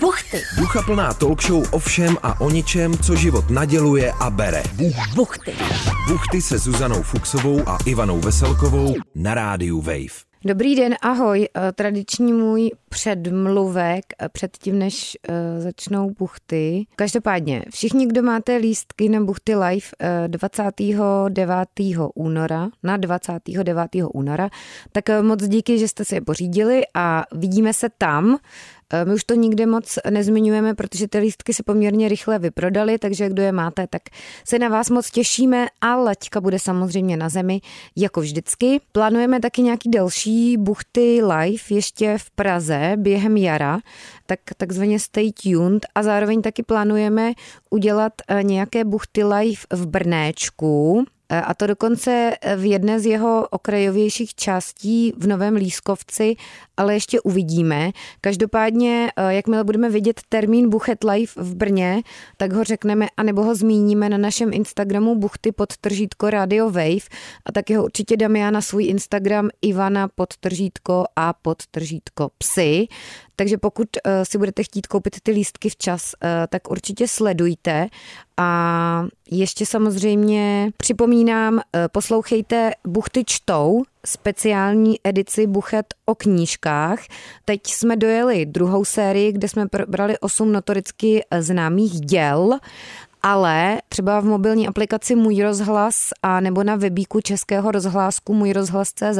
Buchty. Ducha plná talk show o všem a o ničem, co život naděluje a bere. Buchty. Buchty se Zuzanou Fuxovou a Ivanou Veselkovou na rádiu Wave. Dobrý den, ahoj. Eh, Tradiční můj předmluvek eh, předtím, než eh, začnou buchty. Každopádně, všichni, kdo máte lístky na buchty live eh, 29. února, na 29. února, tak eh, moc díky, že jste si je pořídili a vidíme se tam. Eh, My už to nikde moc nezmiňujeme, protože ty lístky se poměrně rychle vyprodaly, takže kdo je máte, tak se na vás moc těšíme a laťka bude samozřejmě na zemi, jako vždycky. Plánujeme taky nějaký delší buchty live ještě v Praze během jara, tak takzvaně stay tuned a zároveň taky plánujeme udělat eh, nějaké buchty live v Brnéčku, Eh, A to dokonce eh, v jedné z jeho okrajovějších částí v Novém Lískovci, ale ještě uvidíme. Každopádně, eh, jakmile budeme vidět termín Buchet Live v Brně, tak ho řekneme, anebo ho zmíníme na našem Instagramu buchty podtržítko Radio Wave a taky ho určitě dám já na svůj Instagram Ivana podtržítko a podtržítko psy. Takže pokud eh, si budete chtít koupit ty lístky včas, eh, tak určitě sledujte. A ještě samozřejmě připomínám, eh, poslouchejte Buchty čtou, speciální edici Buchet o knížkách. Teď jsme dojeli druhou sérii, kde jsme brali osm notoricky eh, známých děl. Ale třeba v mobilní aplikaci Můj rozhlas a nebo na webíku Českého rozhlásku Můj rozhlas.cz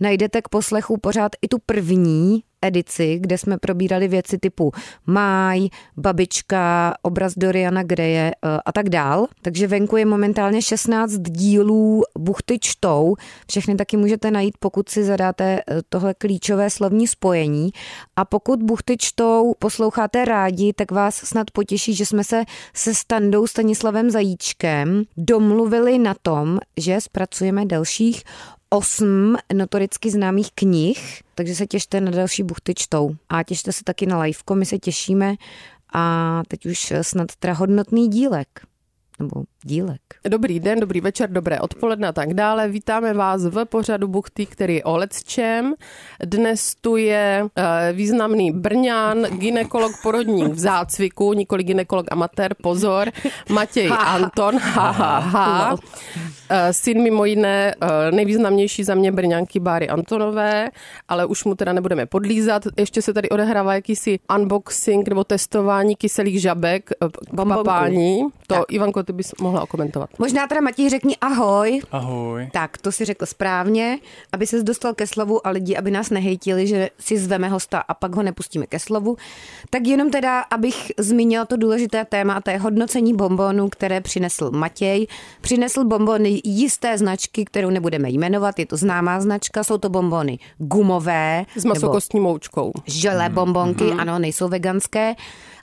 najdete k poslechu pořád i tu první edici, kde jsme probírali věci typu Máj, Babička, obraz Doriana Greje eh, a tak dál. Takže venku je momentálně 16 dílů Buchty čtou. Všechny taky můžete najít, pokud si zadáte eh, tohle klíčové slovní spojení. A pokud Buchty čtou posloucháte rádi, tak vás snad potěší, že jsme se se standou Stanislavem Zajíčkem domluvili na tom, že zpracujeme dalších osm notoricky známých knih, takže se těšte na další buchty čtou. A těšte se taky na liveko, my se těšíme a teď už snad teda hodnotný dílek. Nebo dílek. Dobrý den, dobrý večer, dobré odpoledne a tak dále. Vítáme vás v pořadu Buchty, který je o lecčem. Dnes tu je eh, významný Brňan, ginekolog porodník v zácviku, nikoli ginekolog amatér, pozor, Matěj Anton, ha, ha, ha. Eh, Syn mimo jiné eh, nejvýznamnější za mě Brňanky Báry Antonové, ale už mu teda nebudeme podlízat. Ještě se tady odehrává jakýsi unboxing nebo testování kyselých žabek eh, k Bambonku. papání. To Tak. Ivanko, ty bys mohla okomentovat. Možná teda Matěj řekni ahoj. Ahoj. Tak, to si řekl správně, aby se dostal ke slovu a lidi, aby nás nehejtili, že si zveme hosta a pak ho nepustíme ke slovu. Tak jenom teda, abych zmínila to důležité téma, a to je hodnocení bombonů, které přinesl Matěj. Přinesl bombony jisté značky, kterou nebudeme jmenovat, je to známá značka, jsou to bombony gumové. S nebo- masokostní moučkou. želé Mm-hmm. bombonky, ano, nejsou veganské.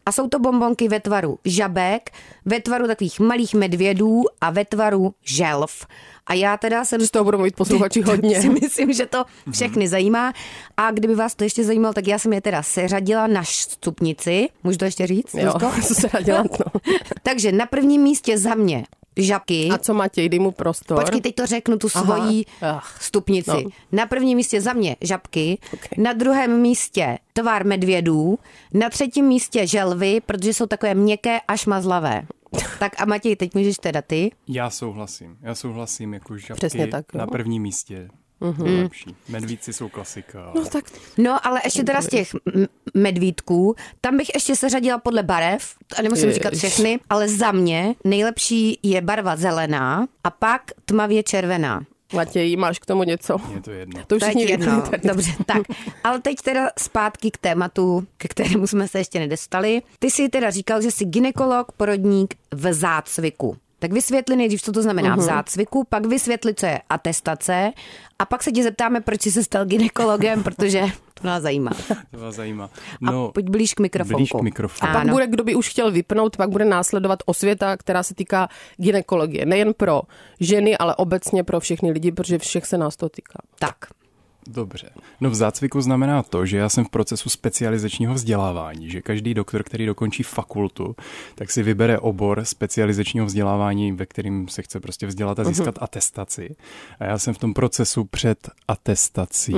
A jsou to bombonky ve tvaru žabek, ve tvaru takových malých medvědů a ve tvaru želv. A já teda jsem Z toho budou mít posluchači hodně. Mm-hmm. si myslím, že to všechny zajímá. A kdyby vás to ještě zajímalo, tak já jsem je teda seřadila na stupnici. Můžu to ještě říct? Jo, Zuzko? co se dá dělat, no. Takže na prvním místě za mě žabky. A co Matěj, dej mu prostor. Počkej, teď to řeknu, tu Aha. svoji Ach, stupnici. no. Na prvním místě za mě žabky, Ok. na druhém místě tvár medvědů, na třetím místě želvy, protože jsou takové měkké a šmazlavé. Tak a Matěj, teď můžeš teda ty. Já souhlasím. Já souhlasím, jako žabky Přesně tak, jo. Mhm. na prvním místě. Mm-hmm. Lepší. Medvíci jsou klasika. No tak No, ale ještě teda z těch m- medvídků, tam bych ještě seřadila podle barev, a nemusím Jež. říkat všechny, ale za mě nejlepší je barva zelená a pak tmavě červená. Matěj, máš k tomu něco? Je to jedno. To už To je všichni ti jedno. vidíte. Dobře, tak. Ale teď teda zpátky k tématu, ke kterému jsme se ještě nedostali. Ty jsi teda říkal, že jsi ginekolog, porodník v zácviku. Tak vysvětli nejdřív, co to znamená Mhm. v zácviku, pak vysvětli, co je atestace a pak se tě zeptáme, proč jsi se stal ginekologem, protože to nás zajímá. To vás zajímá. A No, pojď blíž k mikrofonu. blíž k mikrofonu. A Pak Ano. bude, kdo by už chtěl vypnout, pak bude následovat osvěta, která se týká ginekologie. Nejen pro ženy, ale obecně pro všechny lidi, protože všech se nás to týká. Tak. Dobře. No v zácviku znamená to, že já jsem v procesu specializačního vzdělávání, že každý doktor, který dokončí fakultu, tak si vybere obor specializačního vzdělávání, ve kterým se chce prostě Mhm. vzdělat a získat atestaci. A já jsem v tom procesu před atestací.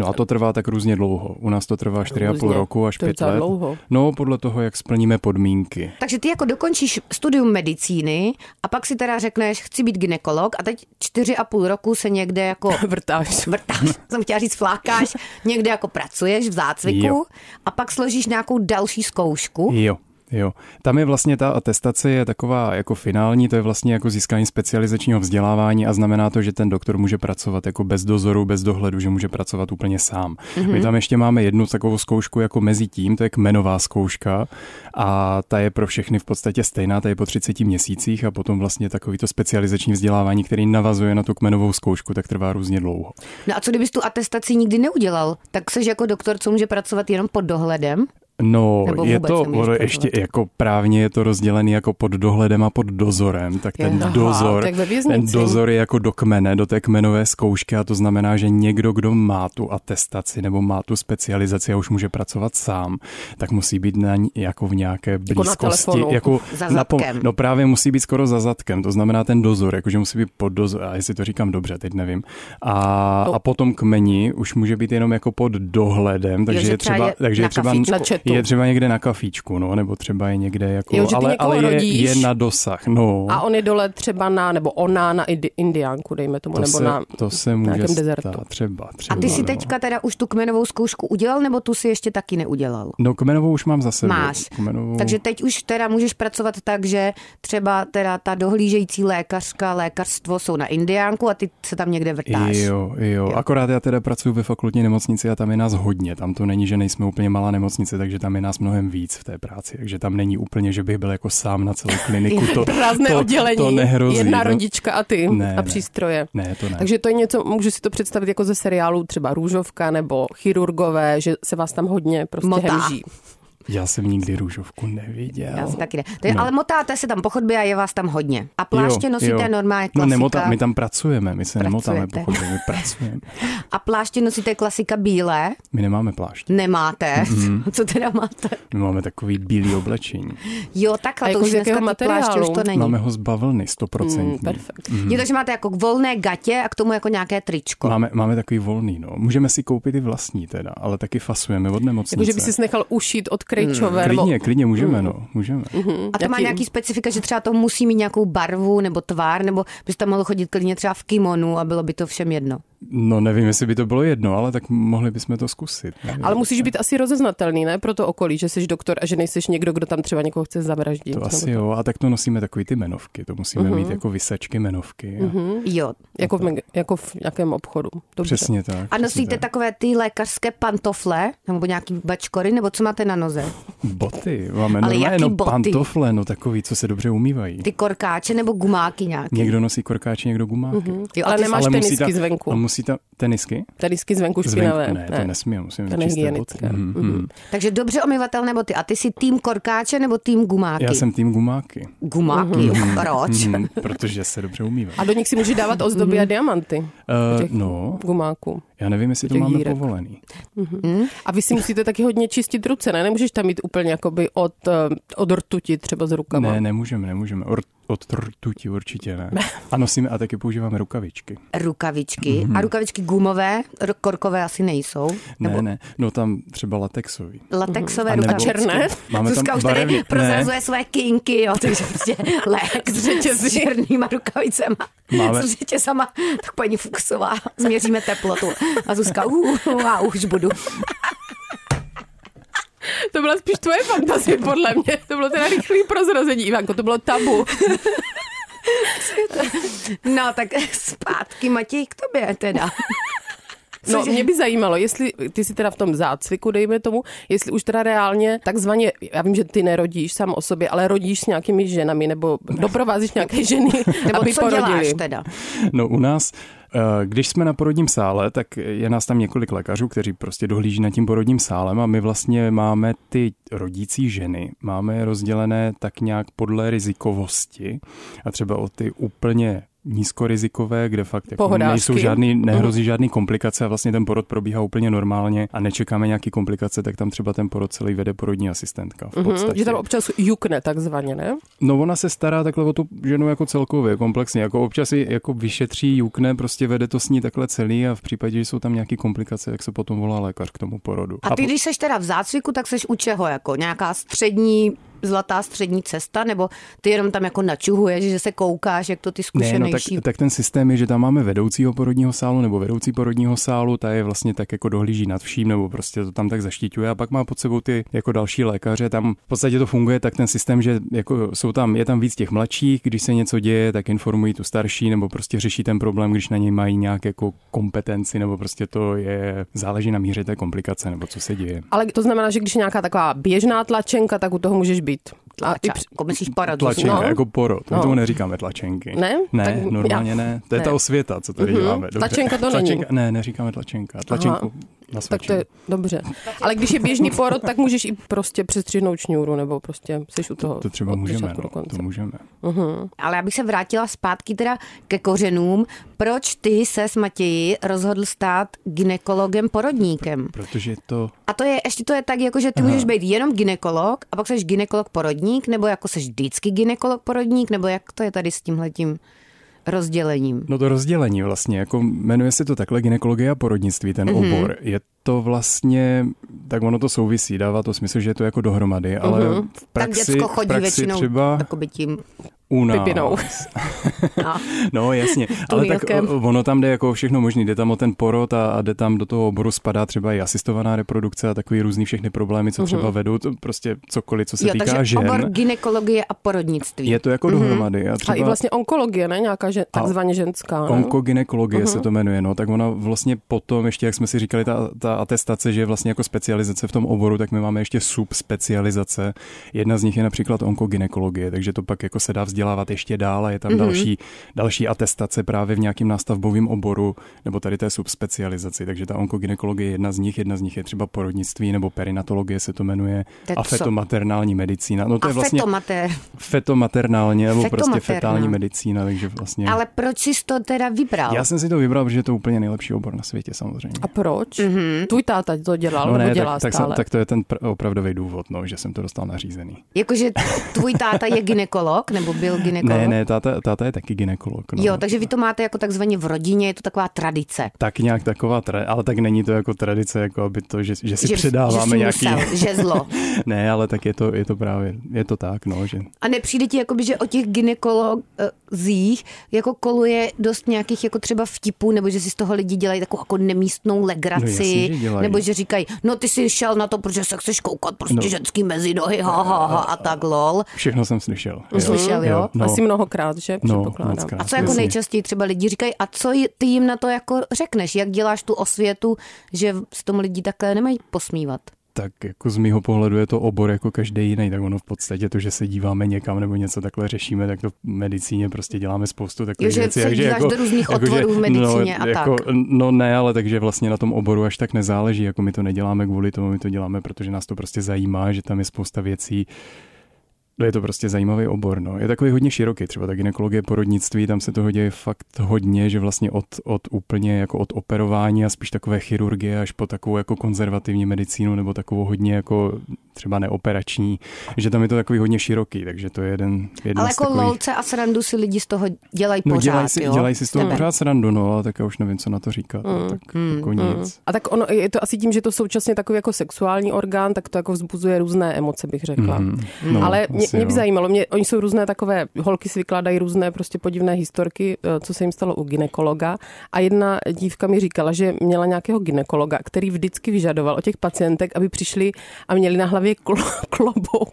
No a to trvá tak různě dlouho. U nás to trvá 4,5 Mhm. Různě. roku až To je 5 docela let. dlouho. No, podle toho, jak splníme podmínky. Takže ty jako dokončíš studium medicíny a pak si teda řekneš, chci být ginekolog a teď čtyři a půl roku se někde jako Vrtáš. vrtáš, jsem chtěla říct flákáš, někde jako pracuješ v zácviku Jo. a pak složíš nějakou další zkoušku. Jo. Jo, tam je vlastně ta atestace je taková jako finální, to je vlastně jako získání specializačního vzdělávání a znamená to, že ten doktor může pracovat jako bez dozoru, bez dohledu, že může pracovat úplně sám. Mm-hmm. My tam ještě máme jednu takovou zkoušku jako mezi tím, to je kmenová zkouška a ta je pro všechny v podstatě stejná, ta je po 30 měsících a potom vlastně takový to specializační vzdělávání, který navazuje na tu kmenovou zkoušku, tak trvá různě dlouho. No a co kdybys tu atestaci nikdy neudělal? Tak seš jako doktor, co může pracovat jenom pod dohledem? No, Nebo je vůbec to nemůžeš ono pracovat? ještě jako právně je to rozdělený jako pod dohledem a pod dozorem, tak ten Aha, dozor, tak ve věznici. ten dozor je jako do kmene, do té kmenové zkoušky a to znamená, že někdo, kdo má tu atestaci nebo má tu specializaci a už může pracovat sám, tak musí být na, ní- jako v nějaké na blízkosti, telefonu. jako Za na pom- zadkem. no právě musí být skoro za zadkem, to znamená ten dozor, jakože musí být pod dozor, a jestli to říkám dobře, teď nevím. A, To- a potom kmeni už může být jenom jako pod dohledem, takže že je třeba třeba, je takže na je třeba kafíčku. Na chatu. je třeba někde na kafíčku, no, nebo třeba je někde jako, Jo, že ty ale, někoho ale je, rodíš. je na dosah, no. A on je dole třeba na, nebo ona na Indi- Indiánku, dejme tomu, to, nebo se, na... to se nějakém může dezertu. stát, třeba, A třeba. ty si no. teďka teda už tu kmenovou zkoušku udělal, nebo tu si ještě taky neudělal? No, kmenovou už mám za sebou. Máš. Kmenovou... Takže teď už teda můžeš pracovat tak, že třeba teda ta dohlížející lékařka, lékařstvo jsou na Indiánku a ty se tam někde vrtáš. Jo, jo, jo. Akorát já teda pracuji ve fakultní nemocnici a tam je nás hodně. Tam to není, že nejsme úplně malá nemocnice, takže tam je nás mnohem víc v té práci. Takže tam není úplně, že bych byl jako sám na celou kliniku. To, Prázdné to, oddělení, to nehrozí. jedna no. rodička a ty Ne, a ne. přístroje. Ne, to ne. Takže to je něco, můžu si to představit jako ze seriálu třeba Růžovka nebo Chirurgové, že se vás tam hodně prostě Motá. hemží. Já jsem nikdy růžovku neviděl. Já se taky ne. To je, No. Ale motáte se tam po chodbě a je vás tam hodně. A pláště Jo, nosíte jo. normálně No klasika. nemotá, my tam pracujeme, my se nemotáme, Pracujete. pokud my pracujeme. A pláště nosíte klasika bílé? My nemáme plášť, Nemáte. Mhm. Mm-hmm. Co teda máte? my máme takový bílý oblečení. Jo, takhle, A to jako už z jakého dneska ty pláště už materiálu? to není. Hmm, Máme Mhm. ho z bavlny, stoprocentní. Hm, Perfekt. Mm-hmm. Je to, že máte jako volné gatě a k tomu jako nějaké tričko. Máme, máme takový volný, no. Můžeme si koupit i vlastní teda, ale taky fasujeme od nemocnice. Jako, že by si nechal ušít od krejčové. Hmm. Klidně, klidně můžeme, Hmm. no, můžeme. A to má Jaký- nějaký specifika, že třeba to musí mít nějakou barvu nebo tvár, nebo bys tam mohl chodit klidně třeba v kimonu a bylo by to všem jedno. No nevím, jestli by to bylo jedno, ale tak mohli bychom to zkusit. Nevím. Ale musíš být asi rozeznatelný, ne? Pro to okolí, že jsi doktor a že nejsi někdo, kdo tam třeba někoho chce zavraždit. To nebo asi jo, a tak to nosíme takový ty menovky, to musíme Mhm. mít jako vysačky menovky. Mm-hmm. Jo. Jako v, meg- jako v nějakém obchodu. Dobře. Přesně tak. A přesně nosíte tak. takové ty lékařské pantofle, nebo nějaký bačkory, nebo co máte na noze? Boty, máme Ale normálně jaký jenom boty? pantofle, no takový, co se dobře umývají. Ty korkáče nebo gumáky nějaký? Někdo nosí korkáče, někdo gumáky. Mm-hmm. Jo, a Ale ty- nemáš tenisky zvenku. A musí tam tenisky? Tenisky zvenku špinavé. ne, to nesmí, musím To mít čisté boty. nehygienické. Mm-hmm. Mm-hmm. Takže dobře omyvatelné boty. A ty jsi tým korkáče nebo tým gumáky? Já jsem Mhm. tým gumáky. Gumáky, proč? Mm, protože se dobře umývá. A do nich si může dávat ozdoby a diamanty. Uh, těch no, Gumáků. já nevím, jestli to těch máme dírek. povolený. A vy si musíte taky hodně čistit ruce, ne? Nemůžeš tam mít úplně jakoby od, eh, od rtuti třeba z rukama. Ne, nemůžeme, nemůžeme. Or, od rtuti určitě ne. A nosíme a taky používáme rukavičky. Rukavičky. A rukavičky gumové, r- korkové asi nejsou. Ne, ne, no tam třeba latexový. Latexové A nebo- rukavičky. A černé? Máme tam Zuzka už barevně- tady ne. prozrazuje své kinky, jo, takže prostě lék s řetězy. s černýma rukavicema. Máme- S řetězama, tak paní Fuchsová, změříme teplotu. A Zuzka, uh, a už budu. To byla spíš tvoje fantazie, podle mě. To bylo teda rychlý prozrazení, Ivanko, to bylo tabu. No, tak zpátky, Matěj, k tobě teda. No, Cože? mě by zajímalo, jestli ty si teda v tom zácviku, dejme tomu, jestli už teda reálně takzvaně, já vím, že ty nerodíš sám o sobě, ale rodíš s nějakými ženami, nebo doprovázíš nějaké ženy, Nebo aby co porodili. děláš teda? No u nás, eh, když jsme na porodním sále, tak je nás tam několik lékařů, kteří prostě dohlíží nad tím porodním sálem a my vlastně máme ty rodící ženy, máme je rozdělené tak nějak podle rizikovosti a třeba o ty úplně nízkorizikové, kde fakt jako Pohodásky. nejsou žádný, nehrozí žádný komplikace a vlastně ten porod probíhá úplně normálně a nečekáme nějaký komplikace, tak tam třeba ten porod celý vede porodní asistentka. V Mhm, podstatě. že tam občas jukne takzvaně, ne? No ona se stará takhle o tu ženu jako celkově, komplexně, jako občas ji jako vyšetří, jukne, prostě vede to s ní takhle celý a v případě, že jsou tam nějaké komplikace, jak se potom volá lékař k tomu porodu. A ty, po- když seš teda v zácviku, tak seš u čeho? Jako nějaká střední, zlatá střední cesta? Nebo ty jenom tam jako načuhuješ, že se koukáš, jak to ty ne, no tak, zkušenější? tak ten systém je, že tam máme vedoucího porodního sálu nebo vedoucí porodního sálu, ta je vlastně tak jako dohlíží nad vším nebo prostě to tam tak zaštiťuje a pak má pod sebou ty jako další lékaře. Tam v podstatě to funguje tak ten systém, že jako jsou tam, je tam víc těch mladších, když se něco děje, tak informují tu starší nebo prostě řeší ten problém, když na něj mají nějak jako kompetenci nebo prostě to je, záleží na míře té komplikace nebo co se děje. Ale to znamená, že když je nějaká taková běžná tlačenka, tak u toho můžeš být. A i při- Jako myslíš paradu? Tlačenka, No. no. jako porod. No. No. tomu neříkáme tlačenky. Ne? Ne, Tak- tak, normálně já- ne. To je ne. ne. ta osvěta, co tady Mhm. děláme. Dobře. Tlačenka to není. tlačenka, Ne, neříkáme tlačenka. Tlačenku na Tak to je dobře. Ale když je běžný porod, tak můžeš i prostě přestřihnout šňůru, nebo prostě jsi u toho. to třeba od můžeme, začátku do no, konce. to můžeme. Ale já bych se vrátila zpátky teda ke kořenům. Proč ty se s Matěji rozhodl stát ginekologem porodníkem? Protože to A to je, ještě to je tak, jako že ty Aha. můžeš být jenom ginekolog a pak seš ginekolog porodník, nebo jako seš vždycky ginekolog porodník, nebo jak to je tady s tímhletím rozdělením? No to rozdělení vlastně, jako jmenuje se to takhle gynekologie a porodnictví, ten Mhm. mm-hmm. obor. Je to vlastně, tak ono to souvisí, dává to smysl, že je to jako dohromady, mm-hmm. Mhm. ale v praxi, tak děcko chodí v praxi většinou třeba jakoby tím. u nás. pipinou. no jasně, ale tak Tunýlkem. o- ono tam jde jako o všechno možný, jde tam o ten porod a, a jde tam do toho oboru spadá třeba i asistovaná reprodukce a takový různý všechny problémy, co třeba vedou, to prostě cokoliv, co se Mhm. Jo, týká takže žen. obor Mhm. gynekologie a porodnictví. Je to jako dohromady. A, A třeba... i vlastně onkologie, ne? Nějaká že, takzvaně ženská. ne? Onkogynekologie Mhm. uh-huh. se to jmenuje, no, tak ona vlastně potom, ještě jak jsme si říkali, ta, ta atestace, že je vlastně jako specializace v tom oboru, tak my máme ještě subspecializace. Jedna z nich je například onkogynekologie, takže to pak jako se dá vzdělávat ještě dál a je Mhm. tam uh-huh. další, další atestace právě v nějakém nástavbovém oboru nebo tady té subspecializaci. Takže ta onkogynekologie je jedna z nich, jedna z nich je třeba porodnictví nebo perinatologie se to jmenuje To je a co? fetomaternální medicína. No to a je vlastně fetomater. fetomaternální nebo prostě Fetomaterná. fetální medicína, takže vlastně... Ale proč jsi to teda vybral? Já jsem si to vybral, protože je to úplně nejlepší obor na světě samozřejmě. A proč? Mhm. Mm-hmm. Tvůj táta to dělal, no, nebo dělá tak, tak, stále. jsem, tak to je ten pr- opravdový důvod, no, že jsem to dostal nařízený. Jakože tvůj táta je ginekolog, nebo byl ginekolog? Ne, ne, táta, táta je taky ginekolog. No. Jako Jo, takže vy to máte jako takzvaně v rodině, je to taková tradice. Tak nějak taková, tra- ale tak není to jako tradice, jako aby to, že, že si Že, předáváme že nějaký... Musel, že zlo. ne, ale tak je to, je to právě, je to tak, no, že... A nepřijde ti, jakoby, že o těch ginekologzích jako koluje dost nějakých jako třeba vtipů, nebo že si z toho lidi dělají takovou jako nemístnou legraci, No jasně, že dělají. nebo že říkají, no ty jsi šel na to, protože se chceš koukat prostě no. No. ženský mezi nohy, ha, ha, ha, a tak lol. Všechno jsem slyšel. jo. Slyšel, jo? no, Asi mnohokrát, že? no, Předpokládám. moc krát, A co jako jasně. nejčastěji třeba lidi říkají, a co j- ty jim na to jako řekneš, jak děláš tu osvětu, že s tomu lidi takhle nemají posmívat? Tak jako z mýho pohledu je to obor jako každý jiný, tak ono v podstatě to, že se díváme někam nebo něco takhle řešíme, tak to v medicíně prostě děláme spoustu takových Jo, že věcí. se takže jako- díváš do různých otvorů v medicíně no, a jako, tak. No ne, ale takže vlastně na tom oboru až tak nezáleží, jako my to neděláme kvůli tomu, my to děláme, protože nás to prostě zajímá, že tam je spousta věcí, No je to prostě zajímavý obor, no. Je takový hodně široký, třeba ta gynekologie porodnictví, tam se toho děje fakt hodně, že vlastně od, od úplně jako od operování a spíš takové chirurgie až po takovou jako konzervativní medicínu nebo takovou hodně jako třeba neoperační, že tam je to takový hodně široký, takže to je jeden, jedna Ale z jako takových... lolce a srandu si lidi z toho dělají No pořád, dělají si, jo? dělají si z toho Tebe. pořád srandu, no, ale tak já už nevím, co na to říkat, mm, tak jako nic. A tak ono, je to asi tím, že to současně takový jako sexuální orgán, tak to jako vzbuzuje různé emoce, bych řekla. Mm, no, Ale mě, asi mě by jo. zajímalo, mě, oni jsou různé takové, holky si vykládají různé prostě podivné historky, eh, co se jim stalo u ginekologa. A jedna dívka mi říkala, že měla nějakého ginekologa, který vždycky vyžadoval od těch pacientek, aby přišli a měli na hlavě klo- klobouk.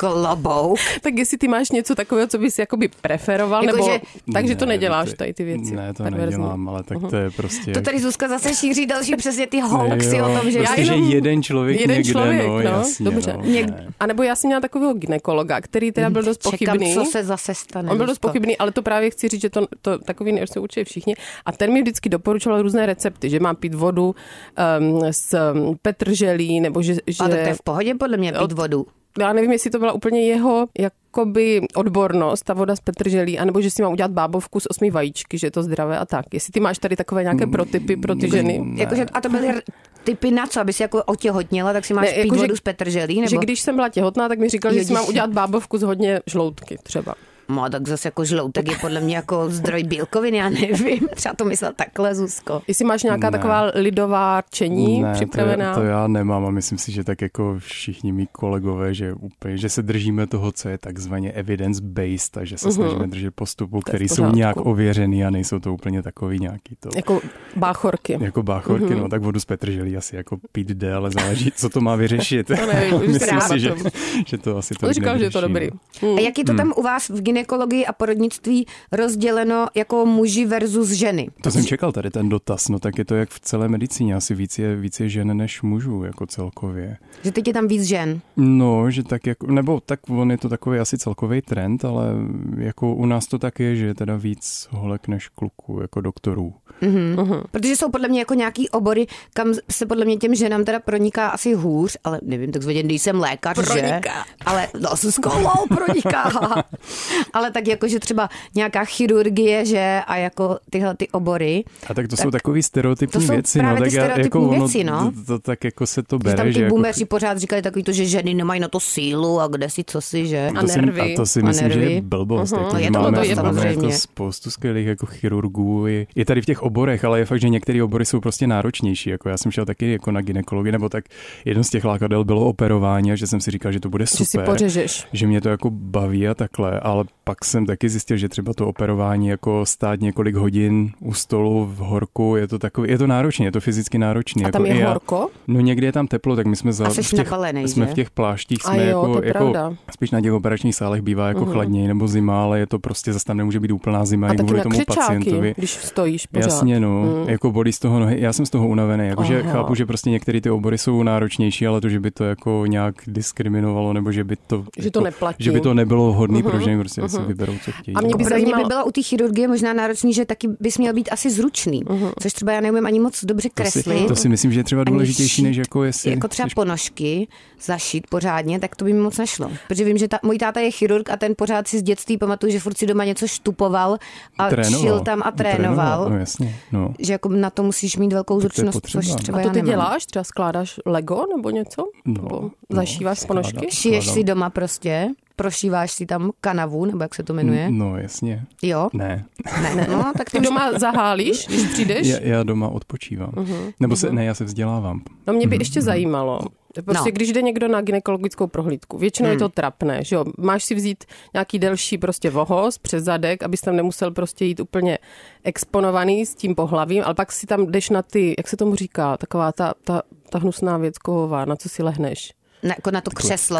Klobouk. Tak jestli ty máš něco takového, co bys jakoby preferoval, Jako nebo... že- Takže to Ne, neděláš tady ty věci. Ne, to perverzní. Mhm. nedělám, ale tak to je prostě... To tady Zuzka zase šíří další přesně ty hoaxy o tom, že... jako prostě, Já jenom- že jeden člověk jeden někde, člověk, no, no, jasně, dobře. No, Něk- ne. A nebo já jsem měla takového ginekologa, který teda byl dost Mhm. Čekám, pochybný. co se zase stane. On byl dost Zuzko. pochybný, ale to právě chci říct, že to, to takový nejlepší jsou určitě všichni. A ten mi vždycky doporučoval různé recepty, že mám pít vodu um, s um, petrželí, nebo že... že A tak to je v pohodě podle mě pít vodu. já nevím, jestli to byla úplně jeho jakoby odbornost, ta voda z Petrželí, anebo že si mám udělat bábovku z osmi vajíčky, že je to zdravé a tak. Jestli ty máš tady takové Mm, nějaké protipy pro ty ženy. Ne. Jakože, a to byly r- typy na co? Aby si jako otěhotněla, tak si máš Ne, ne, pít jakože- vodu z Petrželí? Nebo... Že když jsem byla těhotná, tak mi říkali, že si Ježiš. mám udělat bábovku z hodně žloutky třeba. No, tak zase jako žloutek je podle mě jako zdroj bílkovin, já nevím. Třeba to myslela takhle, Zuzko. Jestli máš nějaká Ne. taková lidová rčení ne, připravená. To, to já nemám a myslím si, že tak jako všichni mý kolegové, že úplně, že se držíme toho, co je takzvaně evidence-based a že se snažíme držet postupů, Mhm. v které jsou pořádku. nějak ověřený a nejsou to úplně takový nějaký to. Jako báchorky. Jako báchorky, Mhm. no tak vodu z Petrželí asi jako pít jde, ale záleží, co to má vyřešit. To No nevím, už Myslím práva si, že, to. že to asi no. to On říkal, že je to dobrý. A jak je to tam u vás v ginekologii a porodnictví rozděleno jako muži versus ženy? To jsem čekal tady ten dotaz, no tak je to jak v celé medicíně, asi víc je, víc je žen než mužů jako celkově. Že teď je tam víc žen. No, že tak jako, nebo tak on je to takový asi celkový trend, ale jako u nás to tak je, že je teda víc holek než kluků, jako doktorů. Protože jsou podle mě jako nějaký obory, kam se podle mě těm ženám teda proniká asi hůř, ale nevím, tak zvedně, když jsem lékař, že? Proniká. Ale no, s kolou proniká. ale tak jako, že třeba nějaká chirurgie, že? A jako tyhle ty obory. A tak to tak jsou takový stereotypní to jsou věci, no, právě tak ty já, stereotypní jako ono, věci, no. to, to, tak jako se to Že bere, tam že ty jako boomeři pořád říkali takový to, že ženy nemají na to sílu a kde si, co si, že? A to si, nervy. a to si A myslím, že nervy. je blbost. Uh-huh. Jako, No že je to máme, blbost, máme jako samozřejmě. spoustu skvělých jako chirurgů. i- Je tady v těch oborech, ale je fakt, že některé obory jsou prostě náročnější. Jako já jsem šel taky jako na ginekologii, nebo tak jeden z těch lákadel bylo operování, a že jsem si říkal, že to bude super. Že si pořežeš. že mě to jako baví a takhle, ale pak jsem taky zjistil, že třeba to operování jako stát několik hodin u stolu v horku, je to takový, je to náročné, je to fyzicky náročné. A tam jako i je já- horko? No někdy je tam teplo, tak my jsme za, A jsi v, těch, napalenej, jsme že? v těch pláštích, A jsme jo, to jako, je jako pravda. spíš na těch operačních sálech bývá jako chladněji nebo zima, ale je to prostě, zase tam nemůže být úplná zima, Mhm. A i taky kvůli na tomu křečáky, pacientovi. když stojíš pořád. Mhm. Jasně, no, mm. jako bolí z toho nohy. Já jsem z toho unavený, jakože Aha. chápu, že prostě některé ty obory jsou náročnější, ale to, že by to jako nějak diskriminovalo, nebo že by to, Že to jako, neplatí. Mhm. že by to nebylo hodný pro ženy, prostě mm-hmm. si vyberou, co chtějí. A mě Pro by mě by zajímalo- bylo u té chirurgie možná náročný, že taky bys měl být asi zručný, Mhm. což třeba já neumím ani moc dobře to, si, kreslit. to si myslím, že je třeba Ani důležitější, než šít. jako jestli... jako třeba jsi- ponožky zašít pořádně, tak to by mi moc nešlo. Protože vím, že ta, můj táta je chirurg a ten pořád si z dětství pamatuju, že furt si doma něco štupoval a trénoval. šil tam a trénoval. No jasně, no. Že jako na to no. musíš mít velkou Tak to je zručnost, potřeba. což třeba A to já ty nemám. děláš? Třeba skládáš Lego nebo něco? No, nebo no, zašíváš skládám. ponožky? Šiješ Skládám. si doma prostě, prošíváš si tam kanavu, nebo jak se to jmenuje. No jasně, Jo? ne. Ne, no, tak Ty to doma... doma zahálíš, když přijdeš? Já, já doma odpočívám. Mhm. Nebo se, ne, já se vzdělávám. No mě by ještě zajímalo, prostě Mhm, No. Hmm. no. když jde někdo na gynekologickou prohlídku, většinou je to trapné, že jo? Máš si vzít nějaký delší prostě vohoz přes zadek, abys tam nemusel prostě jít úplně exponovaný s tím pohlavím, ale pak si tam jdeš na ty, jak se tomu říká, taková ta, ta, ta hnusná věc kohová, na co si lehneš. na, jako na to křeslo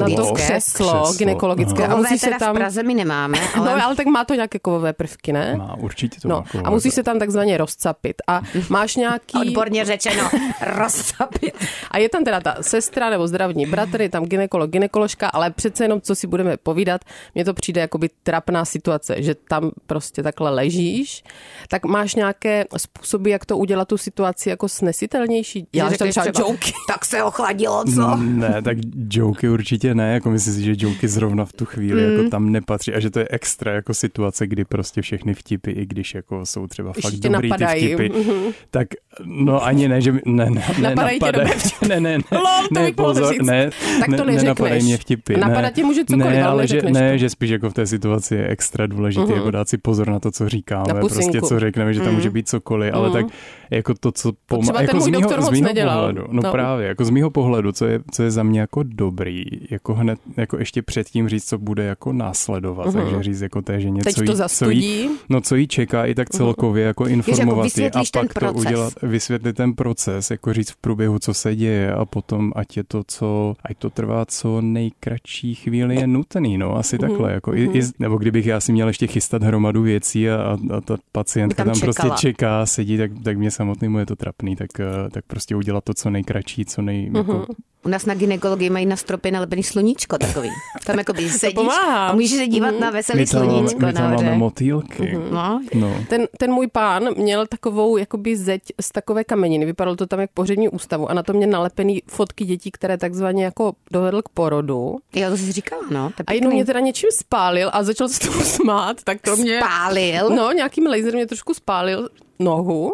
Na to Logické. gynekologické. křeslo Křeslo. gynekologické. A no. Kovové musíš se teda tam... v tam... Praze my nemáme, ale... No, ale tak má to nějaké kovové prvky, ne? Má určitě to. No, má jako- a musíš se tam takzvaně rozcapit. A máš nějaký... Odborně řečeno, rozsapit. A je tam teda ta sestra nebo zdravní bratr, je tam ginekolog, ginekoložka, ale přece jenom, co si budeme povídat, mně to přijde jakoby trapná situace, že tam prostě takhle ležíš, tak máš nějaké způsoby, jak to udělat tu situaci jako snesitelnější? Děláš tam řekneš třeba, třeba, joke? Tak se ochladilo, co? No, ne, tak joky určitě ne, jako myslím si, že joky zrovna v tu chvíli mm. jako tam nepatří a že to je extra jako situace, kdy prostě všechny vtipy, i když jako jsou třeba Když fakt tě dobrý napadají. Mhm. ty vtipy, tak no ani ne, že mi, ne, ne, ne, Napadají tě napadají, dobré vtipy. ne, ne, ne, Lol, to ne, bych mohla pozor, říct. ne, Tak to ne, neřekneš. nenapadají mě vtipy, ne, Napadat tě může cokoliv, ne, ale ale že, neřekneš ne, to. Mhm. že spíš jako v té situaci je extra důležité mm. jako dát si pozor na to, co Na říkáme, prostě pusinku. Mhm. co řekneme, že tam může být cokoliv, ale tak jako to, co třeba pomáhá, ten jako z můj doktor mýho, z moc mýho nedělal. pohledu, no, No. no právě, jako z mýho pohledu, co je, co je za mě jako dobrý, jako hned, jako ještě předtím říct, co bude jako následovat, mm-hmm. takže říct jako té ženě, Mhm. Teď co jí, to co jí, zastudí. No, co jí čeká, i tak celkově jako informovat jí a vysvětlíš ten pak to proces. udělat, vysvětlit ten proces, jako říct v průběhu, co se děje a potom, ať je to, co, ať to trvá co nejkratší chvíli je nutný, no, asi Mhm, takhle, jako i, i, nebo kdybych já si měl ještě chystat hromadu věcí a, a, a ta pacientka By tam tam, prostě čekala. čeká, Mhm. sedí, tak, tak mě samotnému je to trapný, tak, eh, tak prostě udělat to co nejkratší, co nej, jako, U nás na ginekologii mají na stropě nalepený sluníčko takový. Tam jako by sedíš pomáhá. Mhm. a můžeš se dívat na veselý My tam máme, sluníčko my tam máme nahoře. motýlky. No, No. Ten, ten můj pán měl takovou jakoby zeď z takové kameniny, vypadalo to tam jak pořadní ústavu a na to mě nalepený fotky dětí, které takzvaně jako dovedl k porodu. jo, to jsi říkala, no. To je A jednou pěkný. mě teda něčím spálil a začal se tomu smát, tak to mě... Spálil? No, nějakým laserem mě trošku spálil nohu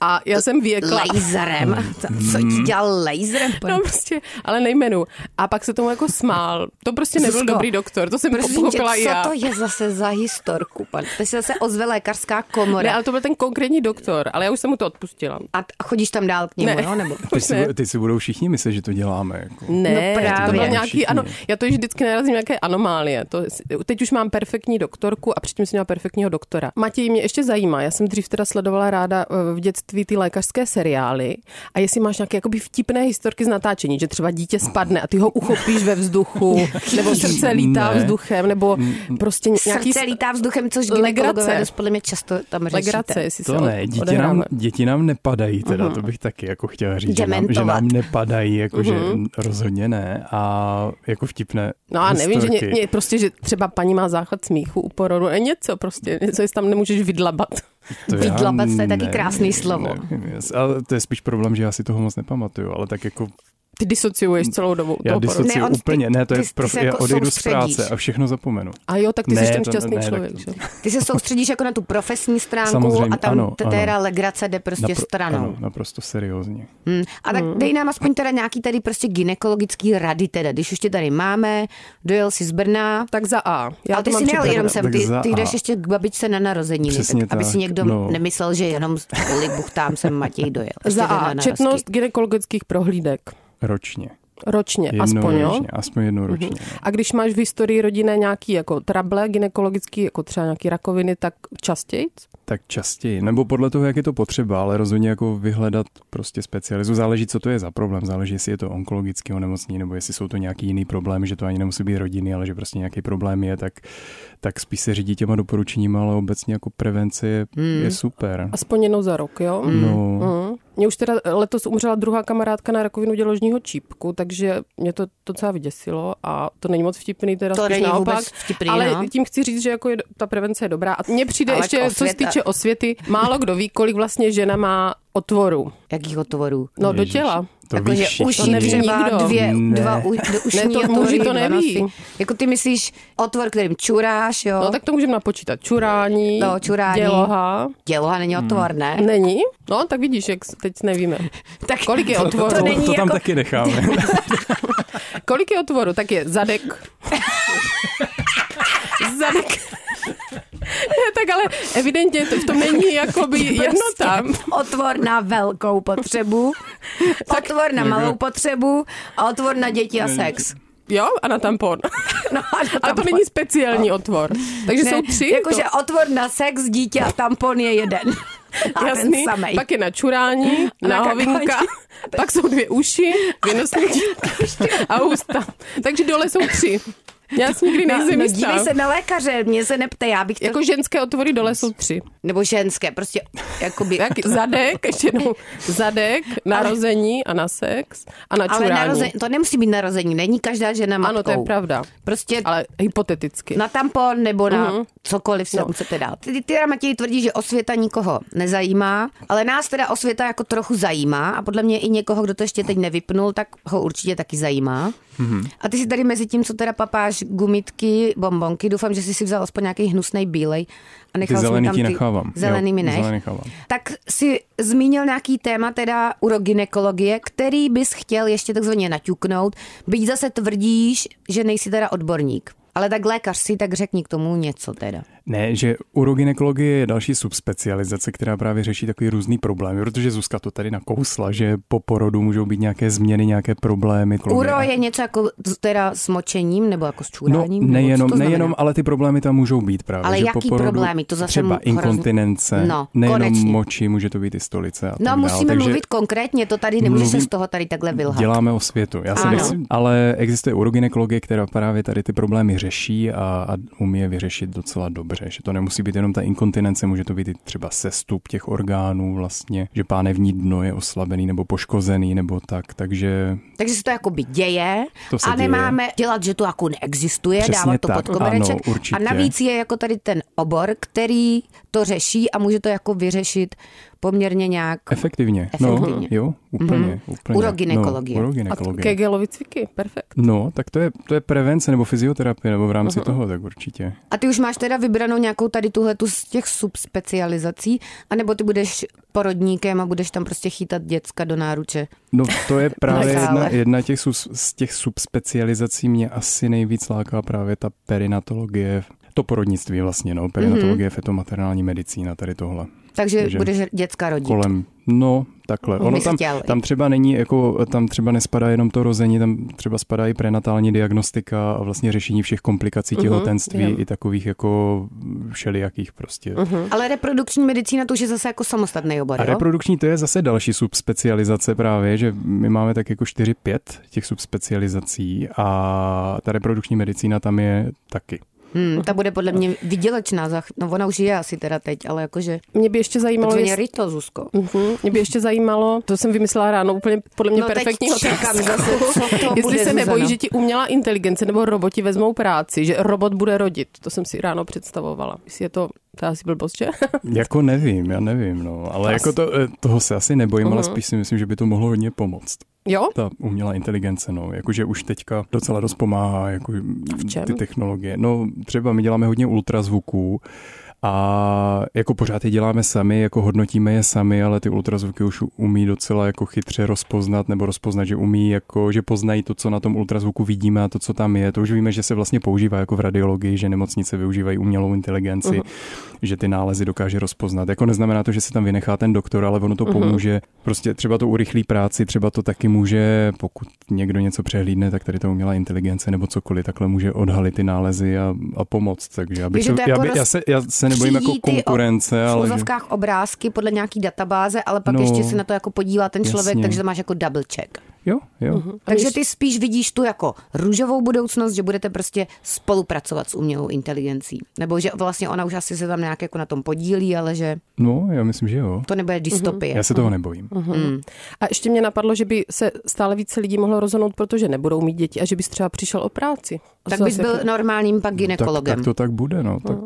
a já jsem věkla. Laserem. To- Co ti dělal laserem? Mhm. No prostě, ale nejmenu. A pak se tomu jako smál. To prostě nebyl Zuzko, dobrý doktor, to jsem Prosím tě, pochopila i já. co to je zase za historku, pan? To se zase ozve lékařská Ne, komora. ale to byl ten konkrétní doktor, ale já už jsem mu to odpustila. A a chodíš tam dál k němu, Ne. jo? Nebo? Teď, si, bu- teď si budou všichni myslet, že to děláme. Jako. Ne, No právě. to byl Všichni. nějaký, ano, já to již vždycky narazím nějaké anomálie. To, teď už mám perfektní doktorku a předtím jsem měla perfektního doktora. Matěj, mě ještě zajímá, já jsem dřív teda sledovala ráda eh, v dětství ty lékařské seriály a jestli máš nějaké jakoby vtipné historky z natáčení, že třeba dítě spadne a ty ho uchopíš ve vzduchu, nebo srdce lítá Ne. Mm, vzduchem, nebo prostě nějaký... Srdce lítá vzduchem, což Legrace. gynekologové dost podle mě často tam řešíte. Legrace, jestli To se ne, od- děti odehráme. nám, děti nám nepadají, teda to bych taky jako chtěla říct, že nám, že Mhm. Dementovat. Mhm. nám nepadají, jako že rozhodně ne a jako vtipné No a nevím, že ně, historky. ně, prostě, že třeba paní má záchvat smíchu u porodu, ne něco prostě, něco, jestli tam nemůžeš vydlabat. To já Vydlabat, to je taky nevím, krásný slovo. nevím, jas- ale to je spíš problém, že já si toho moc nepamatuju, ale tak jako Ty disociuješ celou dobu já toho porodu. disociu Ne, on- ty- úplně, ne, to je ty- ty prof, se já jako odejdu z soustředíš. práce a všechno zapomenu. A jo, tak ty Ne, jsi ten to- šťastný ne, tak- člověk. že? Ty se soustředíš jako na tu profesní stránku Samozřejmě, a tam ano, ta teda legrace jde prostě Napro- stranou. Ano, naprosto seriózně. Hmm. A tak dej nám aspoň teda nějaký tady prostě ginekologický rady teda, když už tě tady máme, dojel jsi z Brna, Tak za A. Já ale ty to jsi mám nejel připravené. jenom sem, Tak ty, za ty A. jdeš ještě k babičce na narozeniny, Přesně tak, aby si tak, někdo no. nemyslel, že jenom kvůli buchtám jsem Matěj dojel. Ještě Za teda na A. narozky. Četnost gynekologických prohlídek. Ročně. Ročně, Jednou aspoň, jo? ročně, aspoň jednou ročně. Mhm. no. A když máš v historii rodinné nějaký jako trable gynekologický, jako třeba nějaký rakoviny, tak častěji? Tak častěji, nebo podle toho, jak je to potřeba, ale rozhodně jako vyhledat prostě specializu. Záleží, co to je za problém, záleží, jestli je to onkologické onemocnění, nebo jestli jsou to nějaký jiný problémy, že to ani nemusí být rodiny, ale že prostě nějaký problém je, tak, tak spíš se řídí těma doporučeníma, ale obecně jako prevence je, je super. Aspoň jednou za rok, jo? No, Mm. Mně už teda letos umřela druhá kamarádka na rakovinu děložního čípku, takže mě to docela vyděsilo a to není moc vtipný, teda To spíš není naopak. vůbec vtipný, ale no. tím chci říct, že jako je, ta prevence je dobrá. A mně přijde Ale ještě, k co se osvěta- týče osvěty, málo kdo ví, kolik vlastně žena má otvoru. Jakých otvorů? No do Ježíš, těla. To jako, Jakože víš, uši neví třeba nikdo. dvě, Ne. dva u, do ušní Ne, to otvory, muži to dva neví. nosy. Jako ty myslíš otvor, kterým čuráš, jo? No tak to můžeme napočítat. Čurání, No, čurání. děloha. Děloha není Hmm. otvor, ne? Není? No, tak vidíš, jak s- teď nevíme. Tak Kolik je otvorů? To, to, to není to tam jako... taky necháme. Kolik je otvoru? Tak je zadek. zadek. Ne, tak ale evidentně to v tom není jakoby Prostě jednota. Otvor na velkou potřebu, otvor na malou potřebu a otvor na děti a sex. Jo, a na tampon. No, a na Ale to tampon. není speciální otvor. Takže Ne, jsou tři. Jakože to, otvor na sex, dítě a tampon je jeden. A jasný. ten samej. Pak je na čurání, A na na kakání. hovinka. Pak jsou dvě uši, dvě nosníky a ústa. Takže dole jsou tři. Já si nikdy no, nejsem no, jistá. dívej se na lékaře, mě se neptej, já bych to... Jako ženské otvory dole jsou tři. Nebo ženské, prostě jakoby... Jak zadek, ještě jednou, zadek, narození a na sex a na Ale čurání. narození, to nemusí být narození, není každá žena matkou. Ano, to je pravda. Prostě Ale Mhm. hypoteticky. na tampon nebo na mm-hmm. cokoliv se no. chcete dát. Ty, ty teda Matěj tvrdí, že osvěta nikoho nezajímá, ale nás teda osvěta jako trochu zajímá a podle mě i někoho, kdo to ještě teď nevypnul, tak ho určitě taky zajímá. Mm-hmm. A ty si tady mezi tím, co teda papáš gumitky, bombonky, doufám, že jsi si vzal aspoň nějaký hnusný bílej a nechal jsi mi zelený tam ti ty nechávám. Zelený Jo, mi nech. zelený nechávám. Tak si zmínil nějaký téma teda urogynekologie, který bys chtěl ještě takzvaně naťuknout, byť zase tvrdíš, že nejsi teda odborník. Ale tak lékař si, tak řekni k tomu něco teda. Ne, že urogynekologie je další subspecializace, která právě řeší takový různý problémy, protože Zuzka to tady nakousla, že po porodu můžou být nějaké změny, nějaké problémy. Uro je něco jako s- teda s močením nebo jako s No, čuráním? nebo nejenom, co to znamená? nejenom, ale ty problémy tam můžou být právě. Ale že jaký po porodu, problémy? To zase Třeba mu hrozně- inkontinence, No, nejenom konečně. moči, může to být i stolice a No tak musíme dál. Takže mluvit konkrétně, to tady nemůžeš se mluvím- z toho tady takhle vylhat. Děláme o světu, já se Ano. nechci, ale existuje urogynekologie, která právě tady ty problémy řeší a, a umí je vyřešit docela dobře. dobře, že to nemusí být jenom ta inkontinence, může to být i třeba sestup těch orgánů vlastně, že pánevní dno je oslabený nebo poškozený nebo tak, takže Takže se to jakoby děje To se a nemáme děje. dělat, že to jako neexistuje, Přesně dávat to tak, pod kobereček. ano, určitě. a navíc je jako tady ten obor, který to řeší a může to jako vyřešit poměrně nějak. efektivně. Efektivně. Mhm. No, jo, úplně, úplně. Urogynekologie. A No, t- urogynekologie. Kegelovy cviky, perfekt. No, tak to je, to je prevence nebo fyzioterapie nebo v rámci Mhm. toho, tak určitě. A ty už máš teda vybranou nějakou tady tuhle tu z těch subspecializací, anebo ty budeš porodníkem a budeš tam prostě chytat děcka do náruče. No to je právě Nezále. jedna, jedna těch sus, z těch subspecializací mě asi nejvíc láká právě ta perinatologie, to porodnictví vlastně, no, perinatologie, Mhm. mm-hmm. fetomaternální medicína, tady tohle. Takže, Takže budeš děcka rodit. Kolem, no, takhle. Bych Ono tam, chtěl. tam třeba není, jako, tam třeba nespadá jenom to rození, tam třeba spadá i prenatální diagnostika a vlastně řešení všech komplikací Mhm, těhotenství i takových jako všelijakých prostě. Hmm. Ale reprodukční medicína to už je zase jako samostatný obor, A jo? reprodukční to je zase další subspecializace právě, že my máme tak jako 4-5 těch subspecializací a ta reprodukční medicína tam je taky. Hmm, ta bude podle mě vydělečná. Za... ch- No ona už je asi teda teď, ale jakože... Mě by ještě zajímalo, Takzvaně jestli... rito, Zuzko. Uhum. Mm-hmm. Mě by ještě zajímalo, to jsem vymyslela ráno, úplně podle mě No teď perfektní čekám otázku. zase, co to Jestli bude, se Zuzano. nebojí, že ti umělá inteligence nebo roboti vezmou práci, že robot bude rodit. To jsem si ráno představovala. Jestli je to, to je asi blbost, že? Jako nevím, já nevím, no, ale jako to, Mhm. eh, toho se asi nebojím, ale spíš si myslím, že by to mohlo hodně pomoct. jo? Ta umělá inteligence, no, jakože už teďka docela dost pomáhá, jako v čem? ty technologie. No, třeba my děláme hodně ultrazvuků a jako pořád je děláme sami, jako hodnotíme je sami, ale ty ultrazvuky už umí docela jako chytře rozpoznat, nebo rozpoznat, že umí, jako, že poznají to, co na tom ultrazvuku vidíme a to, co tam je. To už víme, že se vlastně používá jako v radiologii, že nemocnice využívají umělou inteligenci, Mhm. že ty nálezy dokáže rozpoznat. Jako neznamená to, že se tam vynechá ten doktor, ale ono to Mhm. pomůže. Prostě třeba to urychlí práci, třeba to taky může, pokud někdo něco přehlídne, tak tady to umělá inteligence nebo cokoliv takhle může odhalit ty nálezy a, a pomoct. Takže já, bych Takže to, to já, jako by, já, roz- se, já se nebojím jako přijí ty o- konkurence, v ale že, úzovkách obrázky podle nějaký databáze, ale pak No. ještě se na to jako podívá ten člověk, Jasně. takže to máš jako double check. jo, jo. Takže ty spíš vidíš tu jako růžovou budoucnost, že budete prostě spolupracovat s umělou inteligencí. Nebo že vlastně ona už asi se tam nějak jako na tom podílí, ale že No, já myslím, že jo. to nebude dystopie. Já se toho nebojím. Mhm. A ještě mě napadlo, že by se stále více lidí mohlo rozhodnout, protože nebudou mít děti a že bys třeba přišel o práci. A Tak co bys asi byl jako- normálním pak No, Tak, tak ginekologem. Mhm. to tak bude, no. Tak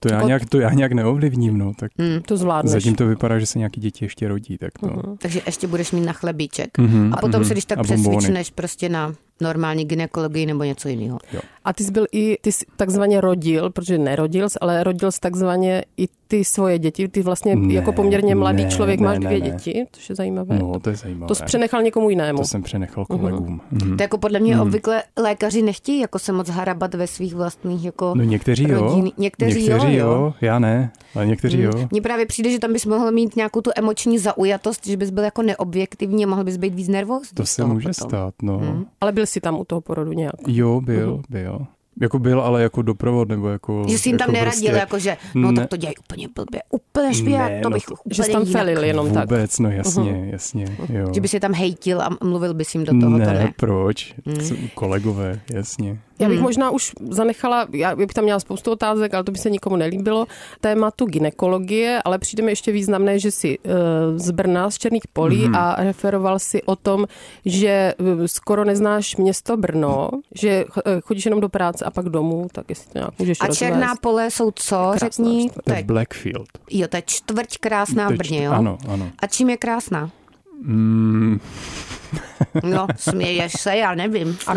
to, já nějak, to já nějak neovlivním, no. Tak Mm. to zvládneš. zatím to vypadá, že se nějaký děti ještě rodí, tak to... Takže ještě budeš mít na chlebíček. Mm-hmm. A potom se když tak Mhm. A bombóny. přesvědčneš prostě na normální ginekologii nebo něco jiného. A ty jsi byl i, ty jsi takzvaně rodil, protože nerodil jsi, ale rodil jsi takzvaně i ty svoje děti. Ty vlastně Ne, ne, jako poměrně mladý ne, člověk ne, máš ne, dvě ne. děti, což je zajímavé. No, to je zajímavé. to jsi přenechal někomu jinému. To jsem přenechal kolegům. Mhm. To jako podle mě hmm. obvykle lékaři nechtějí jako se moc harabat ve svých vlastních jako No někteří jo, rodin. Někteří, někteří jo, jo. já ne, ale někteří jo. Hm. Mně právě přijde, že tam bys mohl mít nějakou tu emoční zaujatost, že bys byl jako neobjektivní a mohl bys být víc nervózní. To z se toho může potom. Mhm. stát, no. Ale byl jsi tam u toho porodu nějak. Jo, byl, byl. Jako byl, ale jako doprovod, nebo jako... Že jsi jim tam jako neradil, prostě- jako že no Ne. tak to dělají úplně blbě, úplně špíjak, Ne, to no bych to- úplně Že jsi tam jinak. felil jenom tak. Vůbec, no jasně, jasně, jo. Mhm. Že bys je tam hejtil a mluvil bys jim do toho, Mhm. ne, no, to ne. proč? Co- Kolegové, jasně. Já Hmm. bych možná už zanechala, já bych tam měla spoustu otázek, ale to by se nikomu nelíbilo, tématu ginekologie, ale přijde mi ještě významné, že jsi eh, z Brna, z Černých polí Hmm. a referoval si o tom, že eh, skoro neznáš město Brno, že ch- eh, chodíš jenom do práce a pak domů, tak jestli to nějak můžeš A černá rozvést. pole jsou co, řekni? čtvrť. To To je je- Blackfield. Jo, to je čtvrť krásná To v je Brně, čtv- jo? Ano, ano. A čím je krásná? Mm, No, směješ se, já nevím. Tam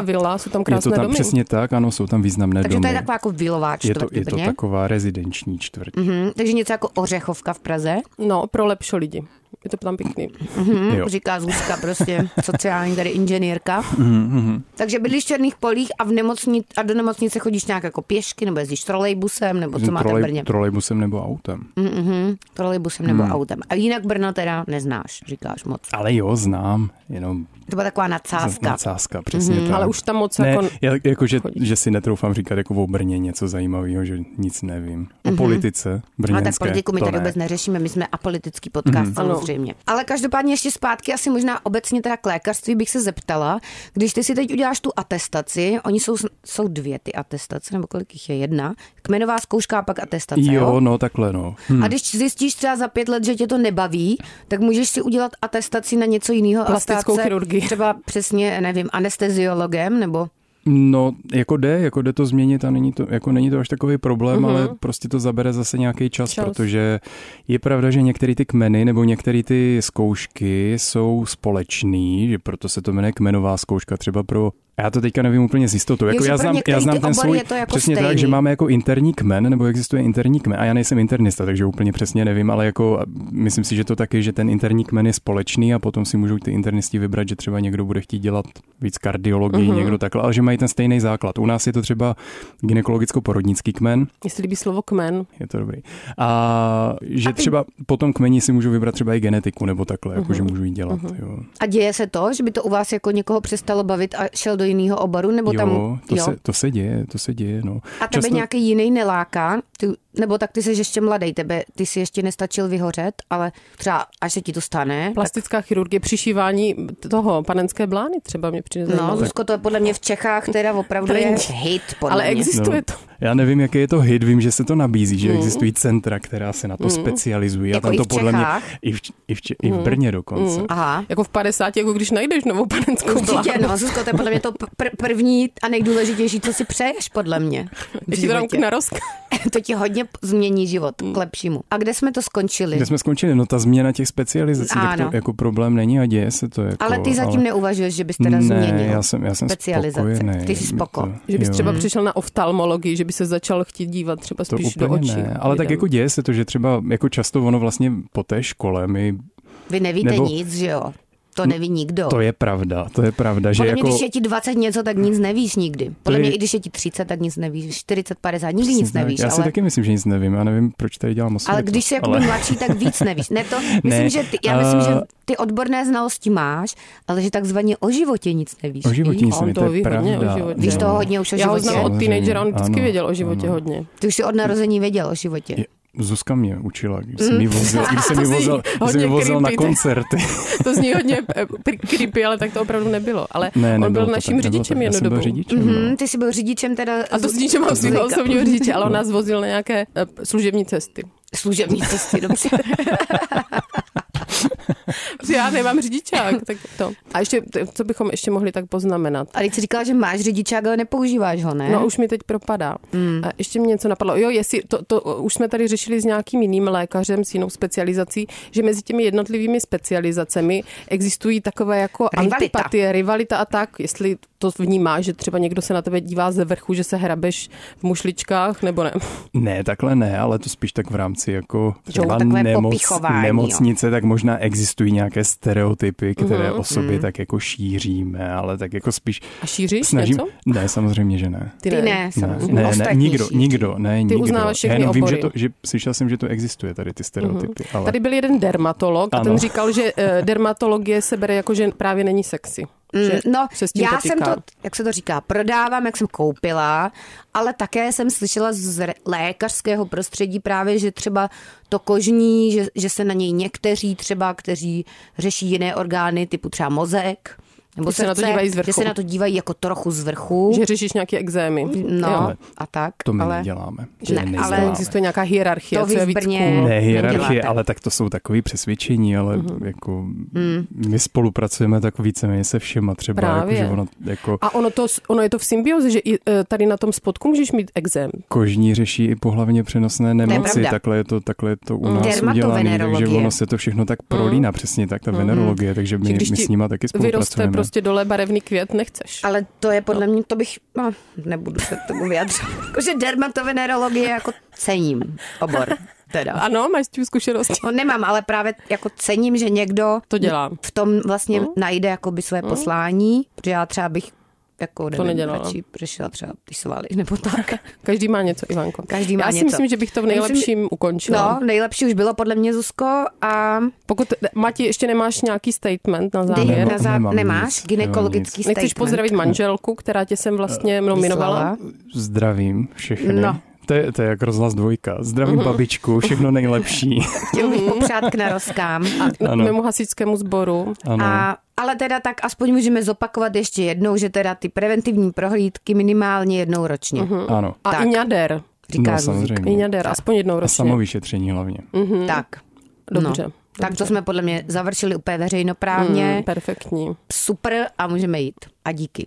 nebyla. vila, jsou tam je to krásné tam domy. přesně tak, ano, jsou tam významné Takže domy. to je taková jako vilová je to, čtvrť je to Brně. taková rezidenční čtvrť. Hm, takže něco jako Ořechovka v Praze. No, pro lepší lidi. Je to tam pěkný. Hm, Jo. říká Zuzka prostě, sociální tady inženýrka. Mhm, takže bydlíš v Černých polích a, v nemocni, a do nemocnice chodíš nějak jako pěšky, nebo jezdíš trolejbusem, nebo Hm, co máte v Brně? Trolejbusem nebo autem. Mhm, trolejbusem nebo autem. A jinak Brno teda neznáš, říkáš moc. Ale jo, znám, jenom To byla taková nadsázka. Nadsázka, přesně Mhm, mm-hmm. tak. Ale už tam moc ne, jako... já, jako že, že si netroufám říkat jako o Brně něco zajímavého, že nic nevím. O mm-hmm. politice Mhm. Ale brněnské. tak politiku my to tady ne. Mhm. vůbec neřešíme, my jsme apolitický podcast, mm. samozřejmě. Ale každopádně ještě zpátky asi možná obecně teda k lékařství bych se zeptala, když ty si teď uděláš tu atestaci, oni jsou, jsou dvě ty atestace, nebo kolik jich je jedna, kmenová zkouška a pak atestace. Jo, no takhle no. Hm. A když zjistíš třeba za pět let, že tě to nebaví, tak můžeš si udělat atestaci na něco jiného. a stát Plastickou se chirurgii. Třeba přesně, nevím, anesteziologem nebo... No, jako jde, jako jde to změnit a není to, jako není to až takový Mhm. problém, mm-hmm. ale prostě to zabere zase nějaký čas, Čas. čas, protože je pravda, že některé ty kmeny nebo některé ty zkoušky jsou společný, že proto se to jmenuje kmenová zkouška třeba pro já to teďka nevím úplně s jistotou. Jako že já, pro znám, já některý znám ty ten obory svůj, je to jako přesně tak, stejný. že máme jako interní kmen, nebo existuje interní kmen. A já nejsem internista, takže úplně přesně nevím, ale jako myslím si, že to taky, že ten interní kmen je společný a potom si můžou ty internisti vybrat, že třeba někdo bude chtít dělat víc kardiologii, mm-hmm. někdo takhle, ale že mají ten stejný základ. U nás je to třeba gynekologicko-porodnický kmen, Mně se líbí slovo kmen. je to dobrý. A že a třeba po tom kmeni si můžu vybrat třeba i genetiku nebo takhle, jako že můžu ji dělat. Jo. A děje se to, že by to u vás jako někoho přestalo bavit a šel do jiného oboru? Nebo Jo, tam, to, Se, to se děje, to se děje. No. A tebe Často- nějaký jiný neláká? Ty, nebo tak ty jsi ještě mladý, tebe, ty si ještě nestačil vyhořet, ale třeba až se ti to stane. tak- Plastická chirurgie, přišívání toho panenské blány třeba mě přijde No, zajímavé. Zuzko, to je podle mě v Čechách teda opravdu je Trend. hit, podle Ale mě. existuje to. No. Já nevím, jaký je to hit, vím, že se to nabízí, že existují centra, která se na to specializují. Mm. Jako a tam i to v podle mě Čechách? Mm. i v, Č- i v, Č- i v Brně dokonce. Aha. Jako v 50, jako když najdeš novou jako panenskou blánu. Určitě, no, Zuzko, to je podle mě to pr- první a nejdůležitější, co si přeješ, podle mě. v Ještě to tam životě. na rozkaz. To ti hodně p- změní život k lepšímu. A kde jsme to skončili? Hmm. Kde jsme skončili? No ta změna těch specializací, tak Ano. to jako problém není a děje se to. Jako, Ale ty zatím ale... neuvažuješ, že bys teda ne, změnil já jsem, já jsem specializaci. spokojený. Ty jsi spoko. To- Že bys jo. třeba přišel na oftalmologii, že by se začal chtít dívat třeba To spíš úplně do očí. ne, ale tak lidem. jako děje se to, že třeba jako často ono vlastně po té škole my, Vy nevíte Nebo- nic, že jo? To neví nikdo. to je pravda, to je pravda, že Podle mě, jako... když je ti 20 něco, tak nic nevíš nikdy. Podle je- mě, i když je ti 30, tak nic nevíš. 40, 50, nikdy Přesně nic tak. nevíš. Já si ale... taky myslím, že nic nevím, já nevím, proč tady dělám osvětu. Ale když jako jsi jakoby ale- mladší, tak víc nevíš. Ne to, myslím, Ne, eh, že ty, já myslím, že a- ty odborné znalosti máš, ale že takzvaně o životě nic nevíš. O životě nic On nevím, to to ví je hodně o pravda. životě. Víš no. toho hodně už o Já ho znám životě. od teenagera, on vždycky Ano, věděl o životě ano. hodně. Ty už si od narození věděl o životě. Zuzka mě učila, když jsem mi vozil, když jsem Mm. To zní mi vozil, když jsem hodně ji vozil na creepy, tak. koncerty. To zní hodně eh, pr- creepy, ale tak to opravdu nebylo. Ale Ne, on nebylo byl to tak, naším nebylo to řidičem Mhm. tak. Já jednu jsem byl dobu. řidičem, no. Hm, ty jsi byl řidičem teda A to z- zní, že mám svého Zuzka. osobního řidiče, ale on nás vozil na nějaké eh, služební cesty. služební cesty, dobře. Protože já nemám řidičák, tak to. A ještě, t- co bychom ještě mohli tak poznamenat? A teď jsi říkala, že máš řidičák, ale nepoužíváš ho, ne? No už mi teď propadá. Mm. A ještě mě něco napadlo. Jo, jestli to, to už jsme tady řešili s nějakým jiným lékařem s jinou specializací, že mezi těmi jednotlivými specializacemi existují takové jako Rivalita. antipatie, rivalita a tak, jestli to vnímáš, že třeba někdo se na tebe dívá ze vrchu, že se hrabeš v mušličkách, nebo ne. Ne, takhle ne, ale to spíš tak v rámci jako třeba takové nemoc, popichování, nemocnice, tak možná existují nějaké stereotypy, které o sobě tak jako šíříme, ale tak jako spíš Mhm, A šíříš snažím... něco? Ne, samozřejmě, že ne. ty ne, Ne, samozřejmě. ne, ne, Ostatní nikdo, šíří. nikdo, ne, nikdo. uznáváš Já všechny jenom vím, že, obory. Mhm. to, že slyšel jsem, že to existuje tady ty stereotypy, ale... Tady byl jeden dermatolog a Ano. ten říkal, že eh, dermatologie se bere jako, že právě není sexy. Že Mm, No, se s Hmm, tím já potýká. jsem to, jak se to říká, prodávám, jak jsem koupila, ale také jsem slyšela z re- lékařského prostředí právě, že třeba to kožní, že, že se na něj někteří třeba, kteří řeší jiné orgány, typu třeba mozek, nebo Že se na to srdce, dívají z vrchu. že se na to dívají jako trochu z vrchu. Že řešíš nějaké exémy. No Jo. a tak, To my ale neděláme. Ne, to my ale neděláme. Existuje nějaká hierarchie, To co vy je v víc Brně cool. Ne, hierarchie, neděláte. Mhm. ale tak to jsou takový přesvědčení, ale jako Mm. my spolupracujeme tak víceméně se všema třeba. Právě. Jako, že ono, jako A ono, to, ono je to v symbioze, že i eh, tady na tom spodku můžeš mít exém. kožní řeší i pohlavně přenosné nemoci, pravda. takhle je to, takhle je to u nás udělané, takže Dermatovenerologie. Mm. Mm-hmm. ono se to všechno tak prolíná, přesně tak, ta venerologie, takže Že my, když my ti s nima taky Vyroste spolupracujeme. prostě dole barevný květ, nechceš. Ale to je podle mě, to bych, no, nebudu se k tomu vyjadřovat. Jakože dermatovenerologie jako cením obor, teda. Ano, máš s tím zkušenosti. No nemám, ale právě jako cením, že někdo To No. dělá. v tom vlastně najde jakoby své poslání, protože já třeba bych jako, To nevím, nedělala. radši přišla třeba ty svaly, nebo tak. Každý má něco, Ivanko. Každý má Já si něco. myslím, že bych to v Já myslím, nejlepším ukončila. No, nejlepší už bylo podle mě Zuzko a Pokud, Mati, ještě nemáš nějaký statement na ty závěr? Nemám- na zá... nemám nemáš nic, gynekologický statement. Nechceš pozdravit manželku, která tě sem vlastně nominovala? Zdravím všechny. No. Mm-hmm. To je, to je jak rozhlas dvojka. Zdravím babičku, všechno nejlepší. Chtěl bych popřát k narozkám. A, K Ano. mému hasičskému sboru. Ano. a, ale teda tak aspoň můžeme zopakovat ještě jednou, že teda ty preventivní prohlídky minimálně jednou ročně. Mhm. Mm-hmm. Ano. A Tak. i ňader. Říká no, Zuzík. samozřejmě. I ňader, aspoň jednou A ročně. samovyšetření hlavně. Tak. Dobře. No. Tak to jsme podle mě završili úplně veřejnoprávně. Mm, perfektní. Super a můžeme jít. A díky.